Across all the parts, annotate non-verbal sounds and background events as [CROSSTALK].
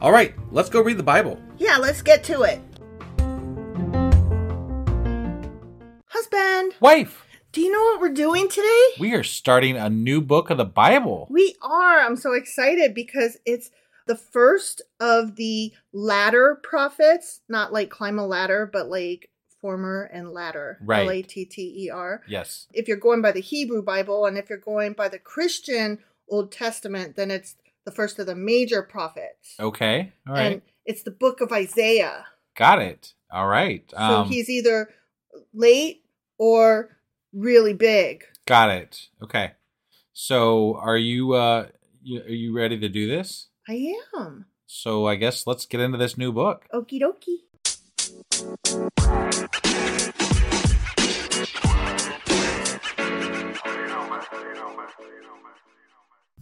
All right, let's go read the Bible. Yeah, let's get to it. Husband, Wife, do you know what we're doing today? we are starting a new book of the Bible. We are. I'm so excited because it's the first of the latter prophets, not like climb a ladder, but like former and latter. Right. L A T T E R. Yes. If you're going by the Hebrew Bible and if you're going by the Christian Old Testament, then it's the first of the major prophets. Okay. Oh, All right. And it's the book of Isaiah. Got it. All right. Um, So he's either late or really big. got it. Okay. So are you uh you, are you ready to do this? I am. So I guess let's get into this new book. Okie dokie.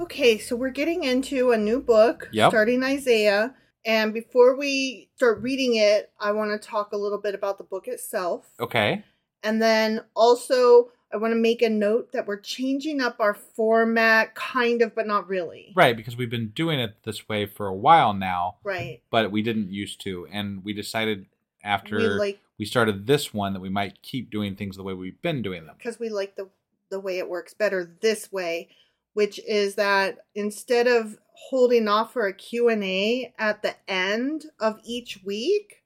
Okay, so we're getting into a new book, Yep. starting Isaiah. And before we start reading it, I want to talk a little bit about the book itself. Okay. And then also, I want to make a note that we're changing up our format, kind of, but not really. Right, because we've been doing it this way for a while now, Right. but we didn't used to and we decided after We like- we started this one that we might keep doing things the way we've been doing them. because we like the the way it works better this way which is that instead of holding off for a q&a at the end of each week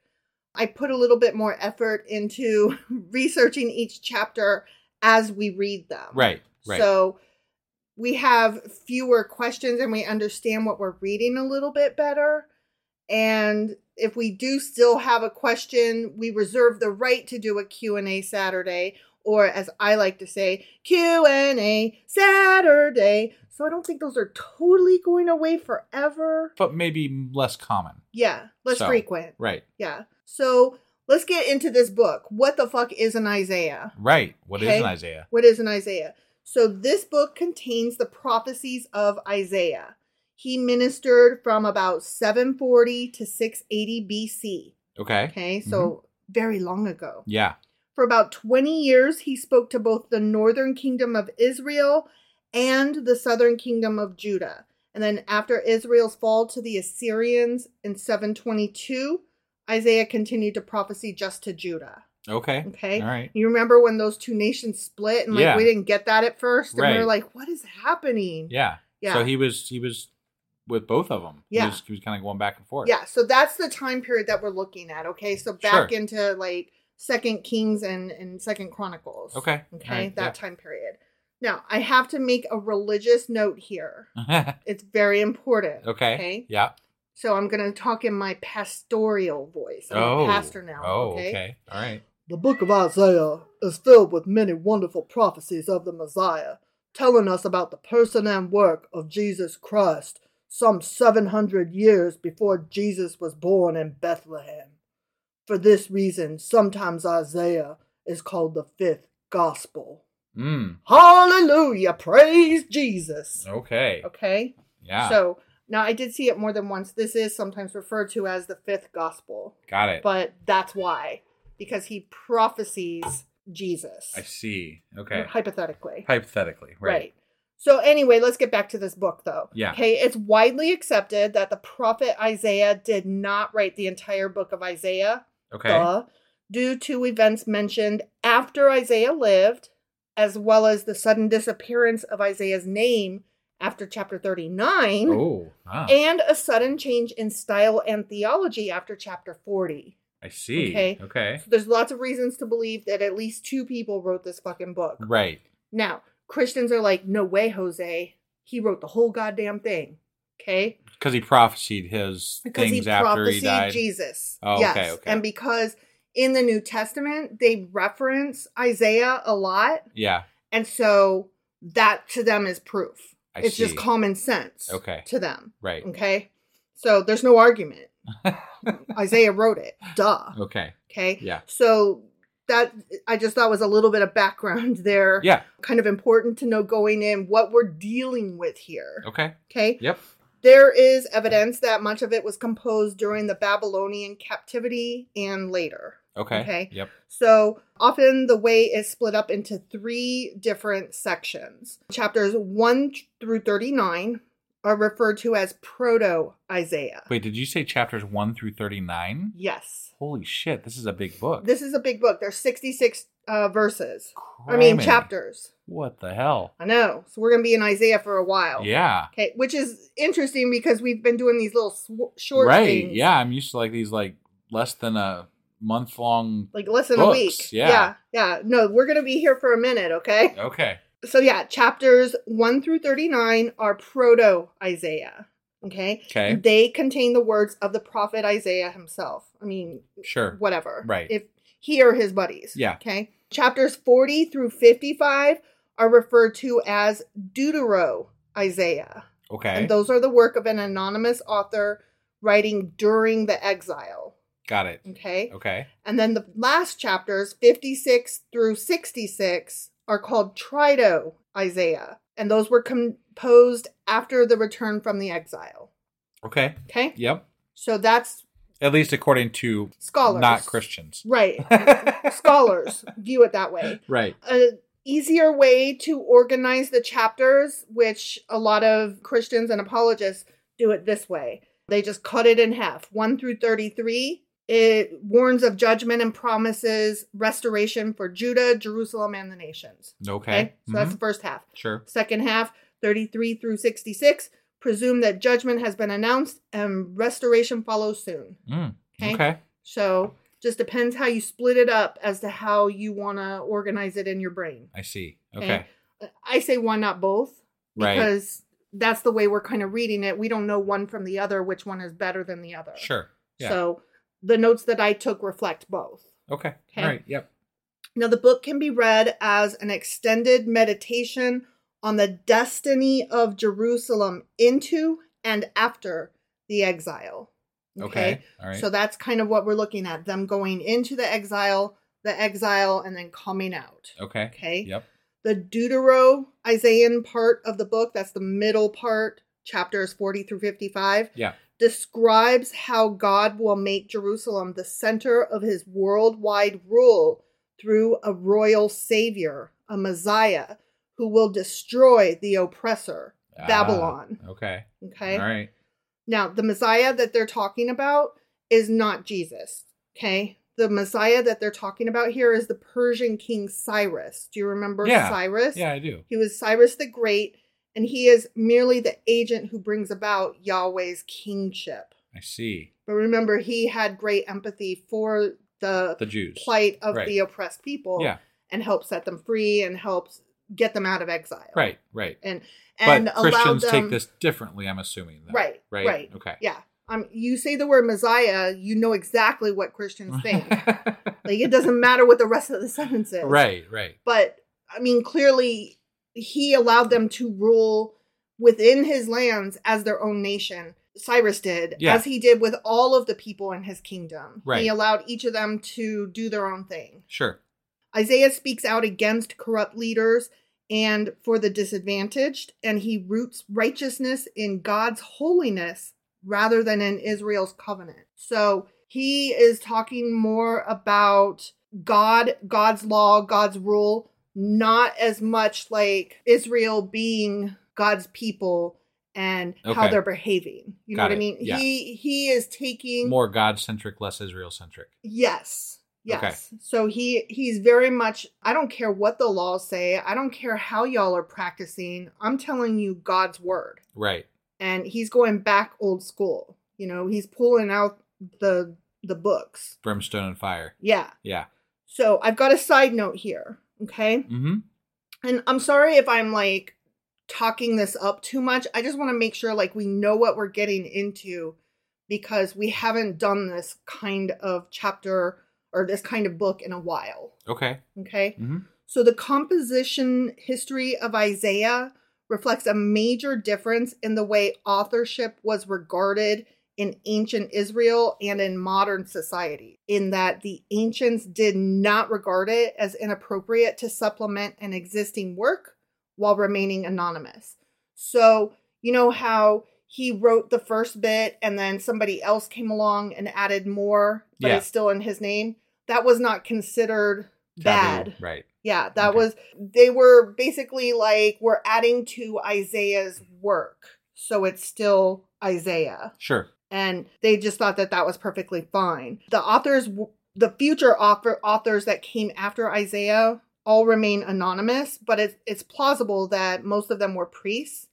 i put a little bit more effort into [LAUGHS] researching each chapter as we read them Right. Right. so we have fewer questions and we understand what we're reading a little bit better. And if we do still have a question, we reserve the right to do a Q&A Saturday or as I like to say, Q&A Saturday. So I don't think those are totally going away forever. but maybe less common. Yeah, less So, frequent. Right. Yeah. So let's get into this book. What the fuck is an Isaiah? Right. What is Okay. an Isaiah? What is an Isaiah? So this book contains the prophecies of Isaiah. He ministered from about 740 to 680 BC. Okay. Okay, so Mm-hmm. very long ago. Yeah. For about 20 years, he spoke to both the northern kingdom of Israel and the southern kingdom of Judah. And then after Israel's fall to the Assyrians in 722, Isaiah continued to prophesy just to Judah. Okay. Okay. All right. You remember when those two nations split and like Yeah. we didn't get that at first? And we Right. were like, what is happening? Yeah. Hmm. Yeah. So he was he was with both of them. Yeah. He was, he was kind of going back and forth. Yeah, so that's the time period that we're looking at. Okay, so back Sure. into like Second Kings and and Second Chronicles. Okay, okay, alright, that yeah. time period. Now I have to make a religious note here. It's very [LAUGHS] important. okay. Okay. Yeah. So I'm going to talk in my pastoral voice. I'm oh. a pastor now. Oh. Okay. All right. The book of Isaiah is filled with many wonderful prophecies of the Messiah, telling us about the person and work of Jesus Christ some 700 years before Jesus was born in Bethlehem. For this reason, sometimes Isaiah is called the fifth gospel. Mm. Hallelujah! Praise Jesus! Okay. Okay? Yeah. So, now I did see it more than once. This is sometimes referred to as the fifth gospel Got it. but that's why because he prophesies Jesus I see. Okay. hypothetically Hypothetically. Right. so anyway let's get back to this book though Yeah. okay it's widely accepted that the prophet Isaiah did not write the entire book of Isaiah Okay. duh, due to events mentioned after Isaiah lived as well as the sudden disappearance of Isaiah's name after chapter 39 Oh. Ah, and a sudden change in style and theology after chapter 40 I see. Okay. Okay. So there's lots of reasons to believe that at least two people wrote this fucking book. Right. Now, Christians are like, no way, Jose. He wrote the whole goddamn thing. Okay? Because he prophesied his Because things he after prophesied he died. Jesus. Oh, okay, yes. okay. And because in the New Testament, they reference Isaiah a lot. Yeah. And so that to them is proof. I it's just see. common sense Okay. to them. Right. Okay? So there's no argument. [LAUGHS] Isaiah wrote it. Duh. Okay. Okay. Yeah. So that I just thought was a little bit of background there. Yeah. Kind of important to know going in what we're dealing with here. Okay. Okay. Yep. There is evidence that much of it was composed during the Babylonian captivity and later. Okay. Okay. Yep. So often the way is split up into three different sections. Chapters 1 through 39 are referred to as Proto Isaiah. Wait, did you say chapters 1 through 39? Yes. Holy shit, this is a big book. This is a big book. There's 66 uh, verses. I mean, Criminy. chapters. What the hell? I know. So we're going to be in Isaiah for a while. Yeah. Okay. Which is interesting because we've been doing these little sw- short right. things. Yeah, I'm used to like these like less than a month long. Like less than a Books, week. yeah. yeah. Yeah. No, we're going to be here for a minute. Okay. Okay. So yeah, chapters 1 through 39 are proto Isaiah. Okay. Okay. They contain the words of the prophet Isaiah himself. I mean, Sure. whatever. Right. If he or his buddies. Yeah. Okay. Chapters 40 through 55 are referred to as Deutero Isaiah. Okay. And those are the work of an anonymous author writing during the exile. Got it. Okay. Okay. And then the last chapters, 56 through 66, are called Trito Isaiah. And those were composed after the return from the exile. Okay. Okay. Yep. So that's At least according to Scholars. not [LAUGHS] Christians. [LAUGHS] right. Scholars view it that way. Right. a easier way to organize the chapters, which a lot of Christians and apologists do it this way. They just cut it in half. 1 through 33, it warns of judgment and promises restoration for Judah, Jerusalem, and the nations. Okay. So that's Mhm. the first half. Sure. Second half, 33 through 66, presume that judgment has been announced and restoration follows soon. Mm. Okay. Okay. So just depends how you split it up as to how you want to organize it in your brain. I see. Okay. Okay. I say why not both? Right. because that's the way we're kind of reading it. We don't know one from the other, which one is better than the other. Sure. Yeah. So the notes that I took reflect both. okay. Okay. All right. Yep. Now, the book can be read as an extended meditation on the destiny of Jerusalem into and after the exile. Okay. All right. So that's kind of what we're looking at them going into the exile, the exile, and then coming out. okay. Okay. Yep. The Deutero Isaiah part of the book, that's the middle part, chapters 40 through 55, Yeah. describes how God will make Jerusalem the center of his worldwide rule through a royal savior, a Messiah, who will destroy the oppressor, Ah, Babylon. Okay. Okay. All right. Now, the Messiah that they're talking about is not Jesus. Okay. The Messiah that they're talking about here is the Persian king Cyrus. Do you remember Yeah. Cyrus? Yeah, I do. He was Cyrus the Great, and he is merely the agent who brings about Yahweh's kingship. I see. But remember, he had great empathy for the, The Jews. plight of Right. the oppressed people Yeah. and helped set them free and helped get them out of exile. Right. Right. And and but allowed Christians them, take this differently, I'm assuming. though. Right, Right. right. Okay. Yeah. Um, you say the word Messiah, you know exactly what Christians [LAUGHS] think. like it doesn't matter what the rest of the sentence is. right. Right. But I mean, clearly he allowed them to rule within his lands as their own nation. Cyrus did, Yeah. as he did with all of the people in his kingdom. Right. He allowed each of them to do their own thing. Sure. Isaiah speaks out against corrupt leaders and for the disadvantaged, and he roots righteousness in God's holiness rather than in Israel's covenant. So he is talking more about God, God's law, God's rule, not as much like Israel being God's people and how Okay. they're behaving. You Got know what it. I mean? Yeah. He he is taking More God centric, less Israel centric. Yes. Okay. Yes. So he he's very much I don't care what the laws say. I don't care how y'all are practicing. I'm telling you God's word. Right. And he's going back old school. You know, he's pulling out the the books. Brimstone and fire. Yeah. Yeah. So I've got a side note here, okay? Mm-hmm. And I'm sorry if I'm like talking this up too much. I just want to make sure like we know what we're getting into because we haven't done this kind of chapter or this kind of book in a while. Okay. Okay. Mm-hmm. So the composition history of Isaiah reflects a major difference in the way authorship was regarded in ancient Israel and in modern society, in that the ancients did not regard it as inappropriate to supplement an existing work while remaining anonymous. So, you know how he wrote the first bit and then somebody else came along and added more, but Yeah. it's still in his name? That was not considered bad. Taboo. Right. Yeah, that Okay. was they were basically like we're adding to Isaiah's work. So it's still Isaiah Sure. and they just thought that that was perfectly fine. The authors the future author, authors that came after Isaiah all remain anonymous, but it's it's plausible that most of them were priests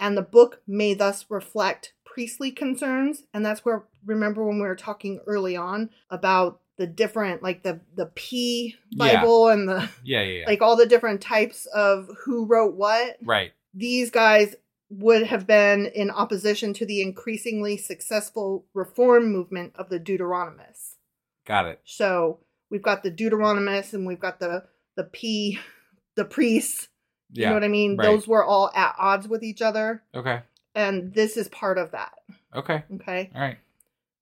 and the book may thus reflect priestly concerns and that's where remember when we were talking early on about the different like the the P Yeah. Bible and the Yeah. Yeah. yeah. like all the different types of who wrote what. right. These guys would have been in opposition to the increasingly successful reform movement of the Deuteronomists. Got it. So we've got the Deuteronomists and we've got the the P, the priests. Yeah. You know what I mean? Right. Those were all at odds with each other, Okay. and this is part of that. Okay. Okay. All right.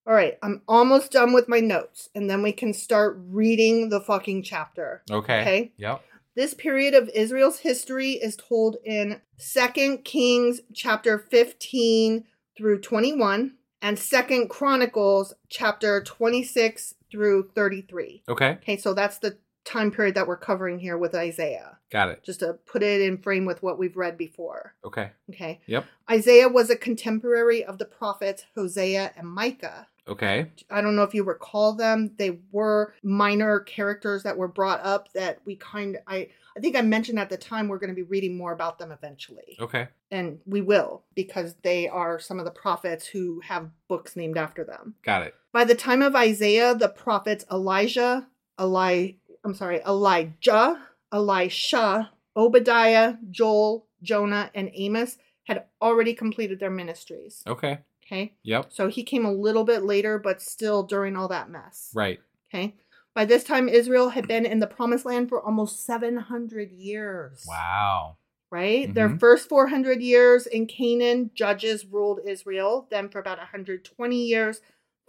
All right. I'm almost done with my notes, and then we can start reading the fucking chapter. Okay. Okay. Yep. This period of Israel's history is told in 2 Kings chapter 15 through 21 and 2 Chronicles chapter 26 through 33. Okay. Okay, so that's the time period that we're covering here with Isaiah, Got it. just to put it in frame with what we've read before. Okay. Okay. Yep. Isaiah was a contemporary of the prophets Hosea and Micah. Okay. I don't know if you recall them. They were minor characters that were brought up that we kind I I think I mentioned at the time we're going to be reading more about them eventually. Oh. Okay. And we will because they are some of the prophets who have books named after them. Got it. By the time of Isaiah, the prophets Elijah, Eli I'm sorry, Elijah, Elisha, Obadiah, Joel, Jonah, and Amos had already completed their ministries. Oh. Okay. Okay. Yep. So he came a little bit later, but still during all that mess. Right. Okay. By this time, Israel had been in the promised land for almost 700 years. Wow. Right? Their Mhm. first 400 years in Canaan, judges ruled Israel. Then, for about 120 years,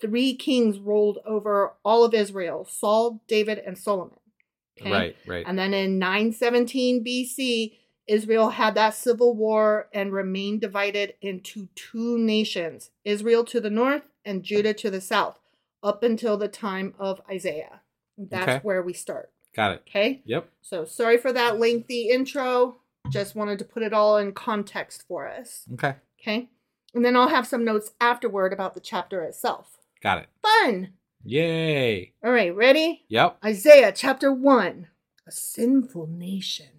three kings ruled over all of Israel Saul, David, and Solomon. Okay? Right. Right. And then in 917 BC, Israel had that civil war and remained divided into two nations Israel to the north and Judah to the south, up until the time of Isaiah. That's Okay. where we start. Got it. Okay. Yep. So sorry for that lengthy intro. Just wanted to put it all in context for us. Okay. Okay. And then I'll have some notes afterward about the chapter itself. Got it. Fun. Yay. All right. Ready? Yep. Isaiah chapter 1 A [LAUGHS] sinful nation.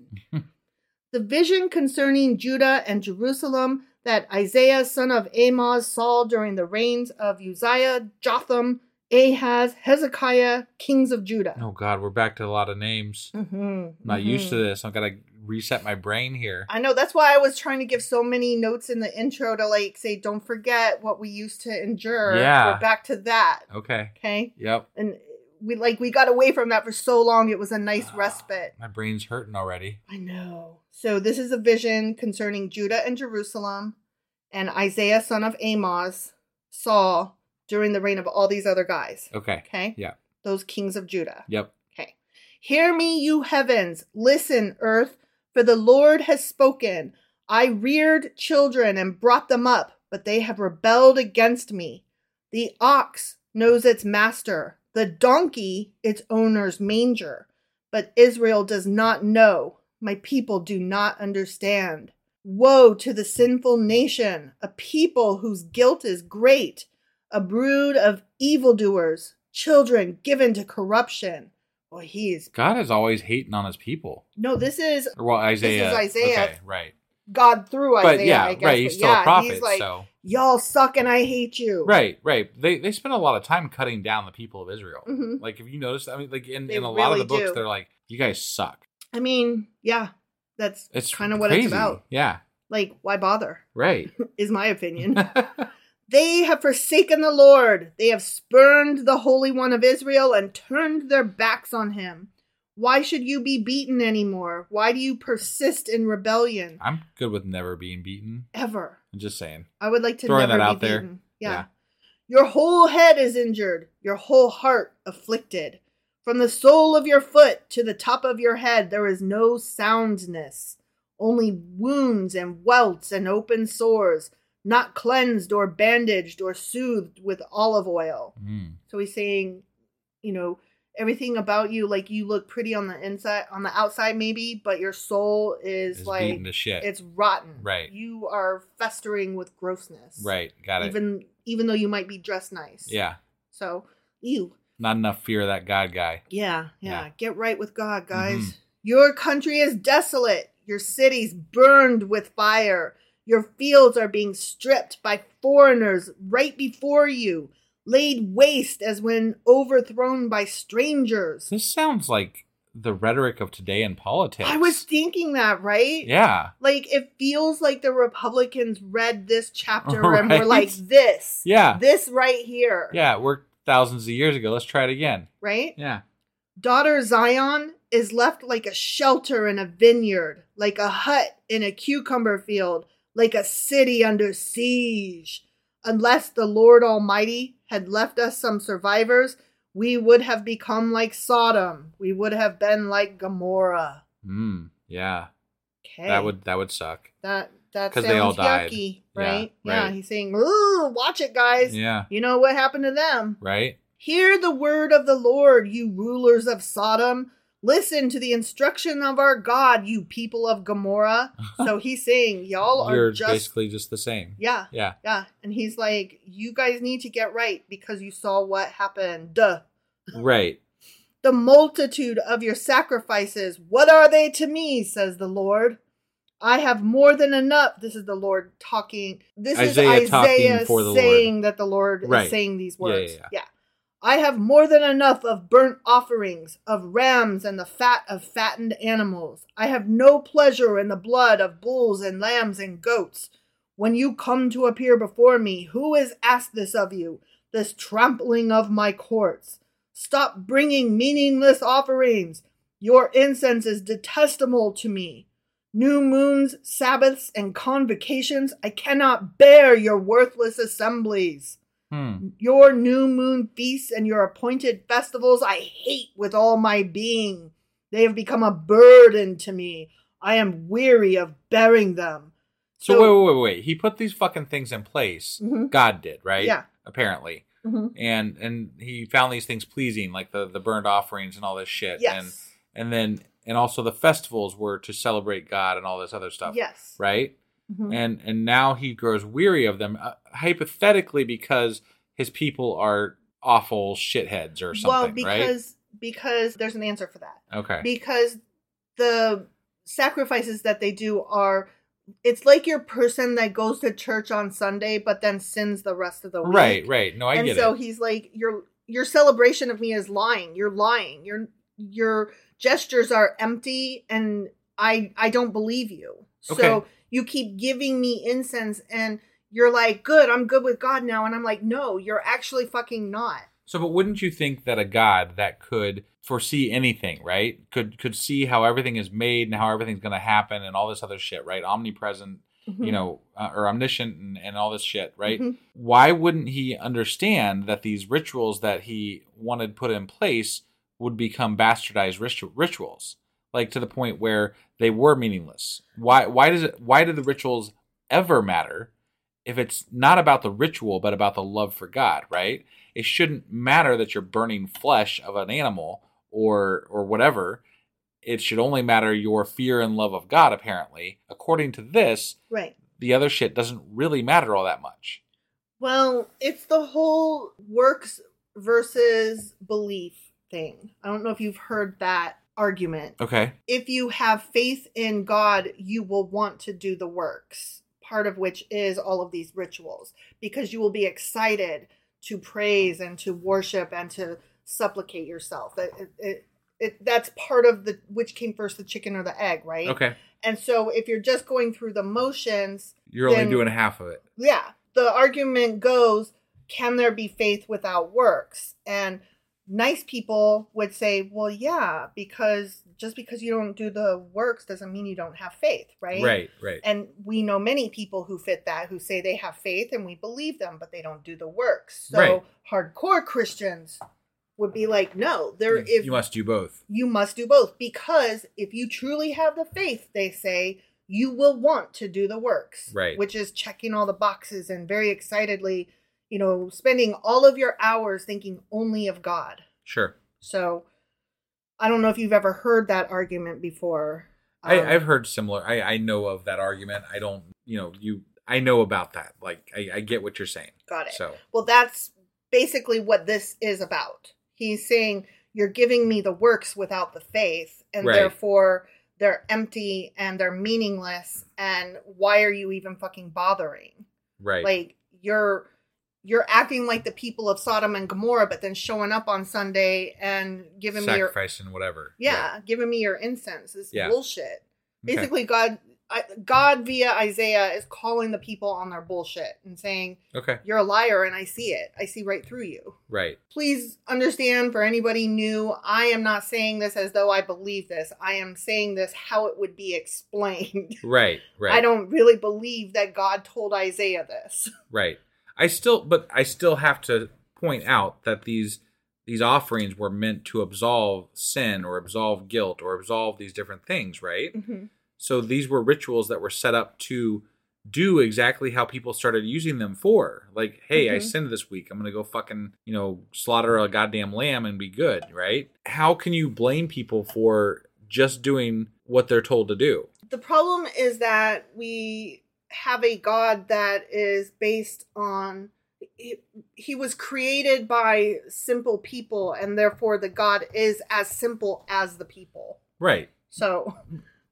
the vision concerning Judah and Jerusalem that Isaiah, son of Amoz, saw during the reigns of Uzziah, Jotham, Ahaz, Hezekiah, kings of Judah. Oh God, we're back to a lot of names. Mhm, I'm not used mhm. to this. I've got to reset my brain here. I know that's why I was trying to give so many notes in the intro to like say, don't forget what we used to endure. Yeah. We're back to that. Okay. Okay. Yep. And we like we got away from that for so long. It was a nice respite. Ah, My brain's hurting already. I know. So this is a vision concerning Judah and Jerusalem, and Isaiah son of Amoz saw during the reign of all these other guys. Okay. Okay. Yeah. Those kings of Judah. Yep. Okay. Hear me, you heavens. Listen, earth, for the Lord has spoken. I reared children and brought them up, but they have rebelled against me. The ox knows its master, the donkey its owner's manger. But Israel does not know. My people do not understand. Woe to the sinful nation, a people whose guilt is great, a brood of evildoers, children given to corruption. Well, he's God is always hating on his people. no. This is Or well, Isaiah. Isaiah. Okay. Right. God through Isaiah. but yeah, I guess. right. He's but still yeah, a prophet. He's like, so y'all suck and I hate you. right, right. They they spend a lot of time cutting down the people of Israel. Mhm. Like if you notice, I mean, like in, They in a lot of really the books, do. they're like, "You guys suck." I mean, yeah, that's It's kind of what crazy. it's about. Yeah. Like, why bother? [LAUGHS] Right. [LAUGHS] Is my opinion. They have forsaken the Lord. They have spurned the Holy One of Israel and turned their backs on him. Why should you be beaten anymore? Why do you persist in rebellion? I'm good with never being beaten. Ever. I'm just saying. I would like to Throwing never that be out there. beaten. Yeah. Yeah. Your whole head is injured, your whole heart afflicted. From the sole of your foot to the top of your head, there is no soundness, only wounds and welts and open sores, not cleansed or bandaged or soothed with olive oil. Mm. So he's saying, you know, everything about you, like you look pretty on the inside, on the outside maybe, but your soul is, It's like beaten to shit. it's rotten. Eh, Right. You are festering with grossness. right. Got it. Even even though you might be dressed nice. yeah. So, ew. Not enough fear of that God guy. Yeah, yeah. Yeah. Get right with God, guys. Mhm. Your country is desolate. Your cities burned with fire. Your fields are being stripped by foreigners right before you, laid waste as when overthrown by strangers. This sounds like the rhetoric of today in politics. I was thinking that, right? Yeah. Like it feels like the Republicans read [LAUGHS] this chapter and were Oh, Right. like this. Yeah. This right here. Yeah. It worked thousands of years ago. Let's try it again. Right? Yeah. Daughter Zion is left like a shelter in a vineyard, like a hut in a cucumber field, like a city under siege. Unless the Lord Almighty had left us some survivors, we would have become like Sodom. We would have been like Gomorrah. Hmm. Mm. Yeah. Okay. That would that would suck. that that 'Cause sounds they all died. yucky, Yeah, right? Yeah, right. he's saying, "Ooh, watch it, guys. Yeah. You know what happened to them? Right? Hear the word of the Lord, you rulers of Sodom. Listen to the instruction of our God, you people [LAUGHS] of Gomorrah. so he's saying, y'all You're are just basically just the same. yeah, Yeah. yeah, and he's like, you guys need to get right because you saw what happened. Duh. Right. The multitude of your sacrifices, what are they to me? Says the Lord. I have more than enough. This is the Lord talking. This Isaiah is talking Isaiah for the Lord. saying that the Lord Right. is saying these Yeah, yeah, words. yeah. yeah. I have more than enough of burnt offerings, of rams, and the fat of fattened animals. I have no pleasure in the blood of bulls and lambs and goats. When you come to appear before me, who has asked this of you, this trampling of my courts? Stop bringing meaningless offerings. Your incense is detestable to me. New moons, Sabbaths, and convocations, I cannot bear your worthless assemblies. [LAUGHS] Hmm. Your new moon feasts and your appointed festivals I hate with all my being. They have become a burden to me. I am weary of bearing them. So, So- wait, wait, wait, wait. He put these fucking things in place. Mhm. God did, right? Yeah. Apparently, Mhm. and and he found these things pleasing, like the the burned offerings and all this shit. Yes. And and then and also the festivals were to celebrate God and all this other stuff. Yes. Right. Mhm. And and now he grows weary of them, uh, hypothetically because his people are awful shitheads or something. well, because because there's an answer for that. right? Okay. Because the sacrifices that they do are it's like your person that goes to church on Sunday but then sins the rest of the week. Right. Right. No, I and get so it. he's like your your celebration of me is lying you're lying your your gestures are empty and i i don't believe you so Okay. you keep giving me incense and you're like good i'm good with god now and i'm like no you're actually fucking not So, but wouldn't you think that a God that could foresee anything, right? Could could see how everything is made and how everything's going to happen and all this other shit, right? Omnipresent, you know, uh, or omniscient and, and all this shit, right? Mhm. Why wouldn't he understand that these rituals that he wanted put in place would become bastardized ritu- rituals, like to the point where they were meaningless? Why why does it why do the rituals ever matter? if it's not about the ritual but about the love for God, right? It shouldn't matter that you're burning flesh of an animal or or whatever. It should only matter your fear and love of God apparently. According to this, right the other shit doesn't really matter all that much. well it's the whole works versus belief thing i don't know if you've heard that argument Okay. if you have faith in God, you will want to do the works, part of which is all of these rituals, because you will be excited to praise and to worship and to supplicate yourself. That it, it, it, that's part of the which came first, the chicken or the egg, right? Okay. And so if you're just going through the motions, You're Then- only doing half of it. yeah, the argument goes can there be faith without works? And nice people would say, well, yeah, because just because you don't do the works doesn't mean you don't have faith, right? Right, right. And we know many people who fit that who say they have faith and we believe them, but they don't do the works. So Right. hardcore Christians would be like, no, there if you must do both. you must do both because if you truly have the faith, they say, you will want to do the works. Right. Which is checking all the boxes and very excitedly, you know, spending all of your hours thinking only of God. Sure. So I don't know if you've ever heard that argument before. Um, I, I've heard similar. I, I know of that argument. I don't, you know, you. I know about that. Like, I, I get what you're saying. Got it. So, Well, that's basically what this is about. He's saying, You're giving me the works without the faith, and Right. therefore they're empty and they're meaningless. And why are you even fucking bothering? right. Like, you're. You're acting like the people of Sodom and Gomorrah, but then showing up on Sunday and giving me your sacrifice and whatever. yeah, giving me your incense. It's Yeah. bullshit. Okay. Basically, God, I, God via Isaiah is calling the people on their bullshit and saying, Okay. you're a liar and I see it. I see right through you. Right. Please understand for anybody new, I am not saying this as though I believe this. I am saying this how it would be explained. [LAUGHS] Right. Right. I don't really believe that God told Isaiah this. Right. I still, but I still have to point out that these these offerings were meant to absolve sin or absolve guilt or absolve these different things, right? So these were rituals that were set up to do exactly how people started using them for. Like, hey, I Mhm. sinned this week. I'm going to go fucking, you know, slaughter a goddamn lamb and be good, right? How can you blame people for just doing what they're told to do? The problem is that we have a God that is based on. He, he was created by simple people, and therefore the God is as simple as the people. Right. So,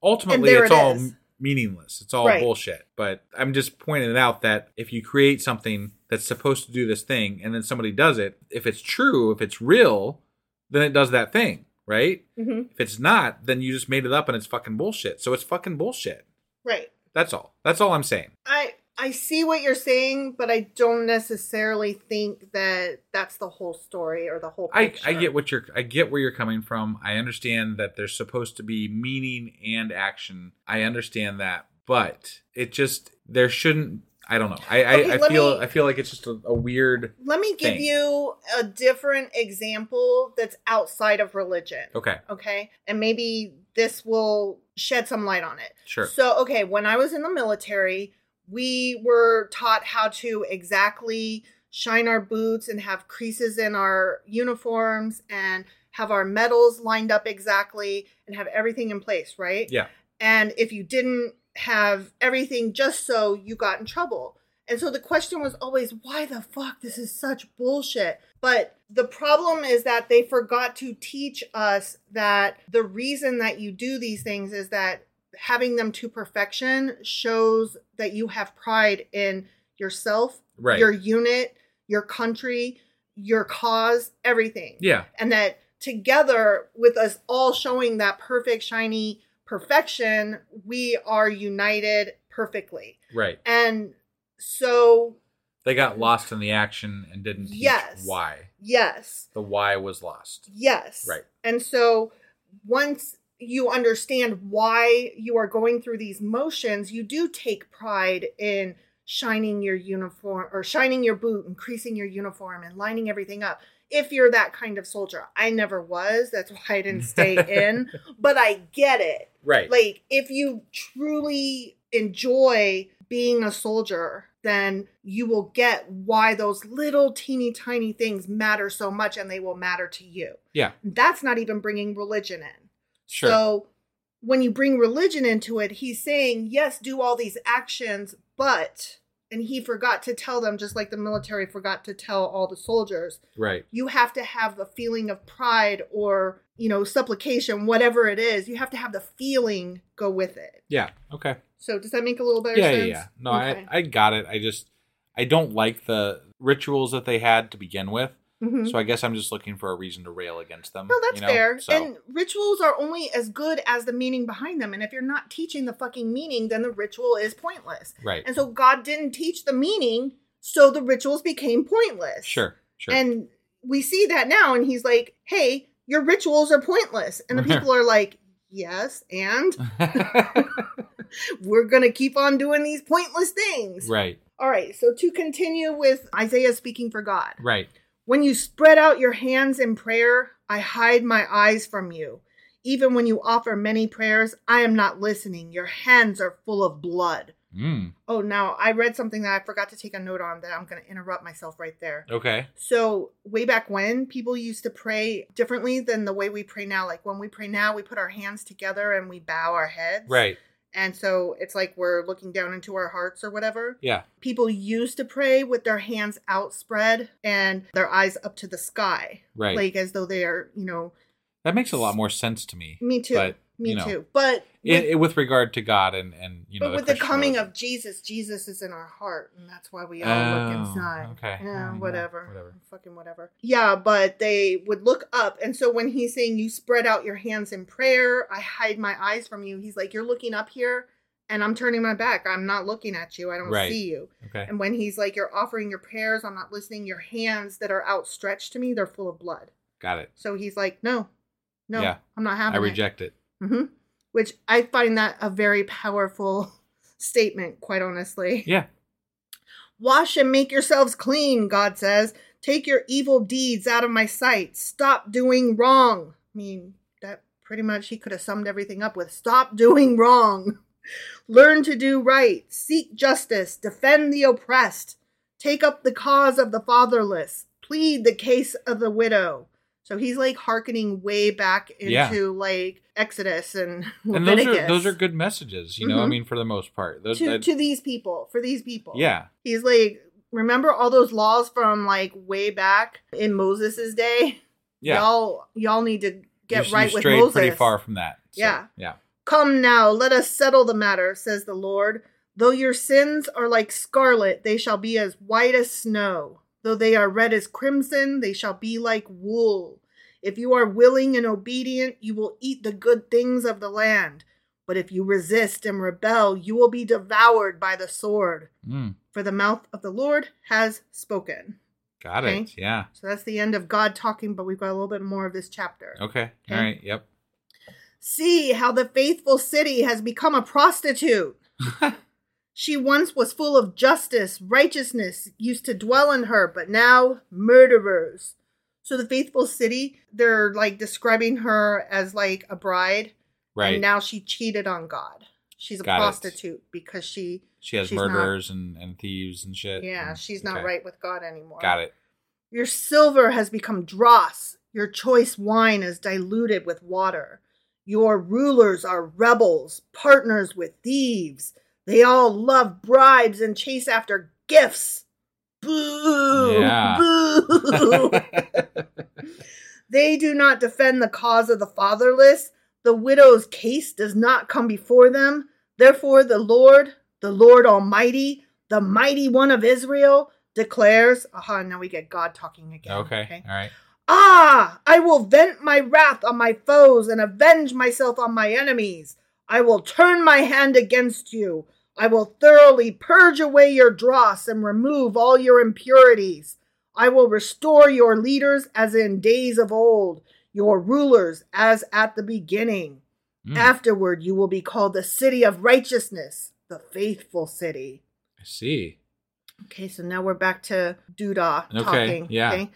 ultimately And there it's it all is. meaningless. It's all Right. bullshit. But I'm just pointing it out that if you create something that's supposed to do this thing and then somebody does it, if it's true, if it's real, then it does that thing, right? Mhm. If it's not, then you just made it up and it's fucking bullshit. So it's fucking bullshit. Right. That's all. That's all I'm saying. I I see what you're saying, but I don't necessarily think that that's the whole story or the whole I, picture. I get what you're I get where you're coming from. I understand that there's supposed to be meaning and action. I understand that, but it just there shouldn't. I don't know. I Okay, I, I let feel me- I feel like it's just a, a weird. Let me give thing. you a different example that's outside of religion. Okay, okay? And maybe this will shed some light on it. Sure. So, okay, when I was in the military, we were taught how to exactly shine our boots and have creases in our uniforms and have our medals lined up exactly and have everything in place, right? yeah, And if you didn't have everything just so, you got in trouble. And so the question was always, why the fuck? This is such bullshit. But the problem is that they forgot to teach us that the reason that you do these things is that having them to perfection shows that you have pride in yourself, Right. your unit, your country, your cause, everything yeah, and that together with us all showing that perfect shiny perfection we are united perfectly right. and so They got lost in the action and didn't. Teach Yes. Why yes the why was lost. yes Right. and so once you understand why you are going through these motions you do take pride in shining your uniform or shining your boot and creasing your uniform and lining everything up if you're that kind of soldier i never was that's why i didn't stay in but i get it Right. Like, if you truly enjoy being a soldier, then you will get why those little teeny tiny things matter so much and they will matter to you. yeah. That's not even bringing religion in. Sure. So, when you bring religion into it, he's saying, yes, do all these actions, but, and he forgot to tell them, just like the military forgot to tell all the soldiers, right. you have to have the feeling of pride or you know supplication whatever it is you have to have the feeling go with it Yeah. Okay. so does that make a little better yeah, sense Yeah, yeah. No, Okay. I, I got it. I just I don't like the rituals that they had to begin with. Mhm. So I guess I'm just looking for a reason to rail against them. no that's you know? fair So, and rituals are only as good as the meaning behind them and if you're not teaching the fucking meaning then the ritual is pointless Right. and so god didn't teach the meaning so the rituals became pointless sure, sure. and we see that now and he's like hey your rituals are pointless [LAUGHS] and the people are like yes and we're going to keep on doing these pointless things. [LAUGHS] right, All right, so to continue with Isaiah speaking for God. right. When you spread out your hands in prayer, I hide my eyes from you. Even when you offer many prayers, I am not listening. Your hands are full of blood. Mm, Oh, now I read something that I forgot to take a note on that I'm going to interrupt myself right there. okay. So, way back when, people used to pray differently than the way we pray now. Like when we pray now, we put our hands together and we bow our heads. Right. And so it's like we're looking down into our hearts or whatever. Yeah. People used to pray with their hands outspread and their eyes up to the sky. Right. Like as though they are, you know, That makes a lot more sense to me. me too. But, me you know, too. But It, with, it- with regard to God and and you know, but with the Christian coming religion. of Jesus, Jesus is in our heart, and that's why we all look Oh, inside. okay. Yeah, Oh, yeah, whatever. whatever. Fucking whatever. Yeah, but they would look up, and so when he's saying, "You spread out your hands in prayer, I hide my eyes from you," he's like, "You're looking up here, and I'm turning my back. I'm not looking at you. I don't Right. see you." okay, And when he's like, "You're offering your prayers, I'm not listening. Your hands that are outstretched to me, they're full of blood." got it. So he's like, "No, no, Yeah. I'm not I having it." reject it. hmm Which I find that a very powerful statement, quite honestly. Yeah. Wash and make yourselves clean, God says. Take your evil deeds out of my sight. Stop doing wrong. I mean, that pretty much he could have summed everything up with stop doing wrong. [LAUGHS] Learn to do right. Seek justice. Defend the oppressed. Take up the cause of the fatherless. Plead the case of the widow. So he's like hearkening way back into Yeah. like Exodus and [LAUGHS] And those Leviticus. are those are good messages. You know, I Mhm. mean, for the most part, those. to, I- to these people, for these people. yeah, He's like, remember all those laws from like way back in Moses' day? [LAUGHS] yeah. Y'all y'all need to get You- you right with strayed Moses. pretty far from that. so, Yeah. yeah. Come now, let us settle the matter, says the Lord. Though your sins are like scarlet, they shall be as white as snow. Though they are red as crimson, they shall be like wool. If you are willing and obedient, you will eat the good things of the land. But if you resist and rebel, you will be devoured by the sword. Mm, For the mouth of the Lord has spoken. got it. Okay. Yeah. So that's the end of God talking, but we've got a little bit more of this chapter. Okay. All Okay. right. Yep. See how the faithful city has become [LAUGHS] a prostitute. she once was full of justice, righteousness used to dwell in her, but now murderers. So the faithful city, they're like describing her as like a bride. Right. And now she cheated on God. She's a Got it. prostitute because she she has she's not- murderers and, and thieves and shit. yeah, and- she's not Uh, okay. right with God anymore. Got it. Your silver has become dross. Your choice wine is diluted with water. Your rulers are rebels, partners with thieves. They all love bribes and chase after gifts. Boo! Yeah. [LAUGHS] Boo! [LAUGHS] they do not defend the cause of the fatherless. The widow's case does not come before them. Therefore, the Lord, the Lord Almighty, the mighty one of Israel, declares, aha, now we get God talking again. okay. All right. Ah, I will vent my wrath on my foes and avenge myself on my enemies. I will turn my hand against you. I will thoroughly purge away your dross and remove all your impurities. I will restore your leaders as in days of old, your rulers as at the beginning. Mm, Afterward, you will be called the city of righteousness, the faithful city. I see. Okay, so now we're back to Duda Okay, talking. yeah.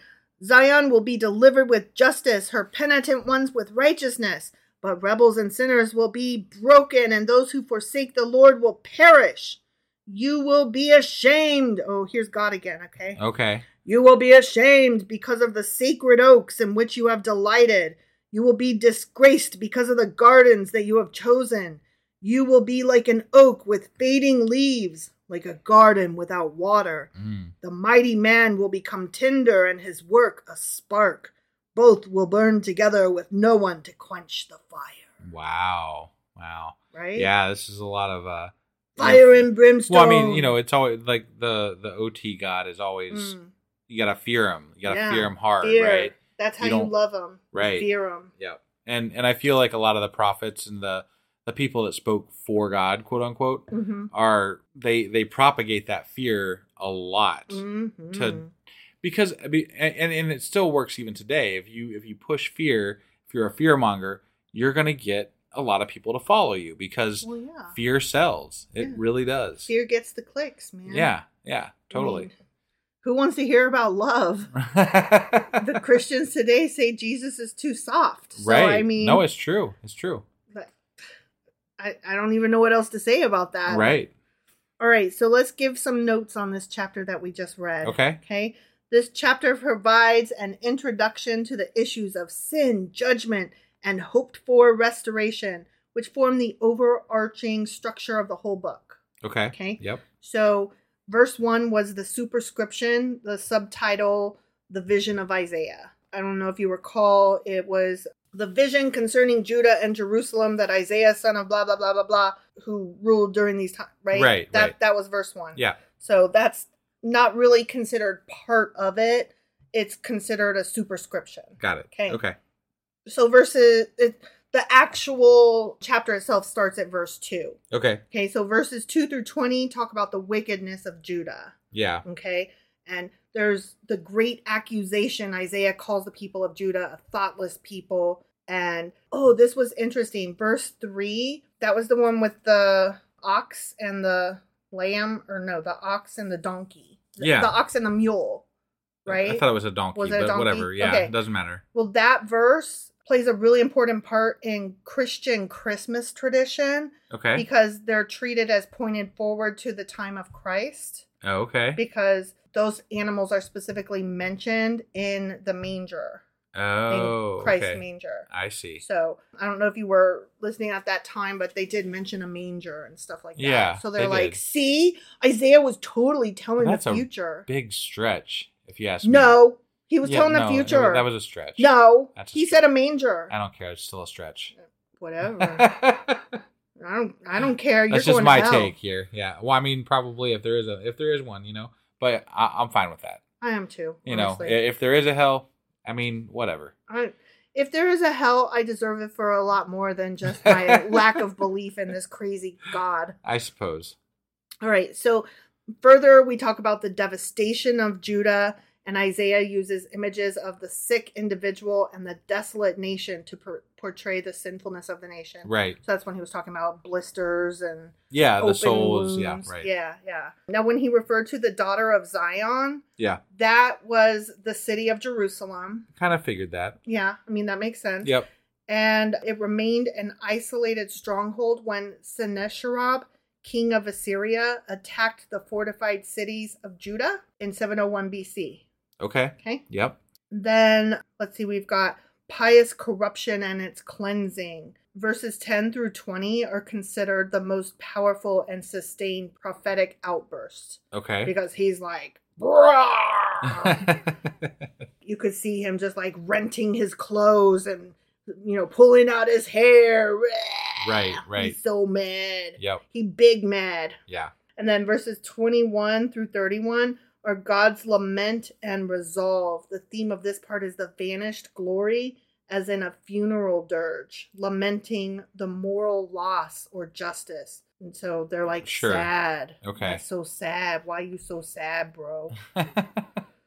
Zion will be delivered with justice, her penitent ones with righteousness, but rebels and sinners will be broken, and those who forsake the Lord will perish. You will be ashamed. Oh, here's God again, okay? Okay. You will be ashamed because of the sacred oaks in which you have delighted. You will be disgraced because of the gardens that you have chosen. You will be like an oak with fading leaves, like a garden without water. Mm, The mighty man will become tinder and his work a spark. Both will burn together with no one to quench the fire. Wow. Wow. Right? Yeah. This is a lot of uh. Fire and brimstone. Well, I mean, you know, it's always like the the OT god is always Mm, you gotta fear him. You gotta yeah. fear him hard, fear. right? That's how You you, don't- love him. right. Fear him. Yeah. And and I feel like a lot of the prophets and the the people that spoke for God, quote unquote, Mm-hmm. are they they propagate that fear a lot Mm-hmm. to because I mean, and and it still works even today. If you if you push fear, if you're a fear monger, you're gonna get a lot of people to follow you because Well, yeah. fear sells. It Yeah. really does. Fear gets the clicks, man. Yeah. Yeah. I Totally. mean, who wants to hear about love? [LAUGHS] The Christians today say Jesus is too soft. So, right. I mean, no, it's true. It's true. but I, I don't even know what else to say about that. right. All right. So let's give some notes on this chapter that we just read. Okay. Okay. This chapter provides an introduction to the issues of sin, judgment, and hoped for restoration, which form the overarching structure of the whole book. Okay. Okay. Yep. So, verse one was the superscription, the subtitle, the vision of Isaiah. I don't know if you recall, it was the vision concerning Judah and Jerusalem that Isaiah, son of blah blah blah blah blah, who ruled during these times, right? Right, That right. that was verse one. Yeah. So that's not really considered part of it. It's considered a superscription. Got it. Okay. Okay. So verses, it, the actual chapter itself starts at verse two. Okay. Okay, so verses 2 through 20 talk about the wickedness of Judah. Yeah. Okay, and there's the great accusation Isaiah calls the people of Judah a thoughtless people. And oh, this was interesting. Verse 3 that was the one with the ox and the lamb, or no, the ox and the donkey. The- Yeah. The ox and the mule, right? I thought it was a donkey, Was it but a donkey? whatever. Yeah. Okay. It doesn't matter. Well, that verse plays a really important part in Christian Christmas tradition Okay. because they're treated as pointed forward to the time of Christ oh, okay. because those animals are specifically mentioned in the manger, oh. in Christ's okay. manger. I see. So I don't know if you were listening at that time, but they did mention a manger and stuff like that. Yeah, So they're they like, did. see, Isaiah was totally telling That's a the future. Big stretch, if you ask me. no, he was Yeah, telling no, the future. That was a stretch. no, That's a he stretch. said a manger. [LAUGHS] I don't care. It's still a stretch. Whatever. okay. I don't. I don't care. You're That's going just my to hell. take here. Yeah. Well, I mean, probably if there is a if there is one, you know, but I, I'm fine with that. I am too. You honestly. know, i- if there is a hell, I mean, whatever. I, if there is a hell, I deserve it for a lot more than [LAUGHS] just my lack of belief in this crazy god. I suppose. All right. So further, we talk about the devastation of Judah, and Isaiah uses images of the sick individual and the desolate nation to per- portray the sinfulness of the nation. Right. So that's when he was talking about blisters and Yeah. open the souls. Yeah. wounds. Right. Yeah, yeah. Now, when he referred to the daughter of Zion, yeah. that was the city of Jerusalem. Kind of figured that. Yeah, I mean that makes sense. Yep. and it remained an isolated stronghold when Sennacherib, king of Assyria, attacked the fortified cities of Judah in 701 BC. Okay. Okay. Yep. Then let's see, we've got pious corruption and its cleansing. Verses 10 through 20 are considered the most powerful and sustained prophetic outburst [LAUGHS] Okay. because he's like, you could see him just like renting his clothes and you know pulling out his hair Right, right. he's so mad [LAUGHS] Yep. he big mad yeah. and then verses 21 through 31 are god's lament and resolve the theme of this part is the vanished glory as in a funeral dirge lamenting the moral loss or justice and so they're like Sure. sad Okay. That's so sad why you so sad bro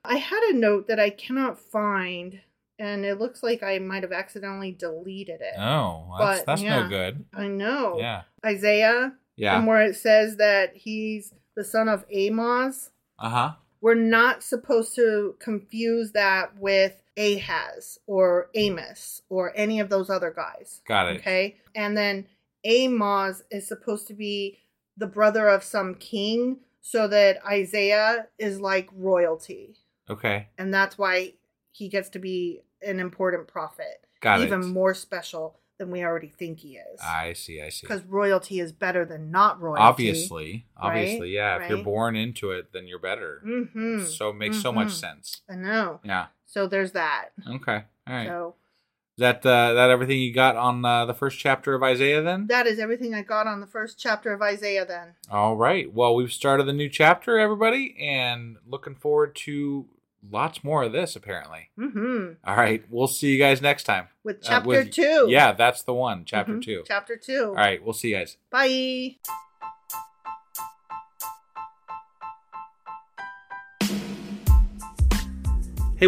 I had a note that I cannot find, and it looks like I might have accidentally deleted it. oh, that's, But, that's yeah. Oh. no good. I know. Yeah. Isaiah, Yeah. somewhere it says that he's the son of Amos. Uh huh. We're not supposed to confuse that with Ahaz or Amos or any of those other guys. Got it. Okay. And then Amos is supposed to be the brother of some king, so that Isaiah is like royalty Okay. and that's why he gets to be an important prophet, Got even it. more special than we already think he is. I see. I see. Because royalty is better than not royalty. Obviously. Obviously. right? Yeah. If you're Right. born into it, then you're better. hmm So it makes so much Mhm. sense. I know. Yeah. So there's that. Okay. All right. So Is that uh, that everything you got on uh, the first chapter of Isaiah then? that is everything I got on the first chapter of Isaiah. Then All right. Well, we've started the new chapter, everybody, and looking forward to lots more of this apparently. hmm All right. We'll see you guys next time. with Uh, chapter with- two. Yeah, that's the one. Chapter Mhm. two. Chapter two. All right. We'll see you guys. Bye. Hey,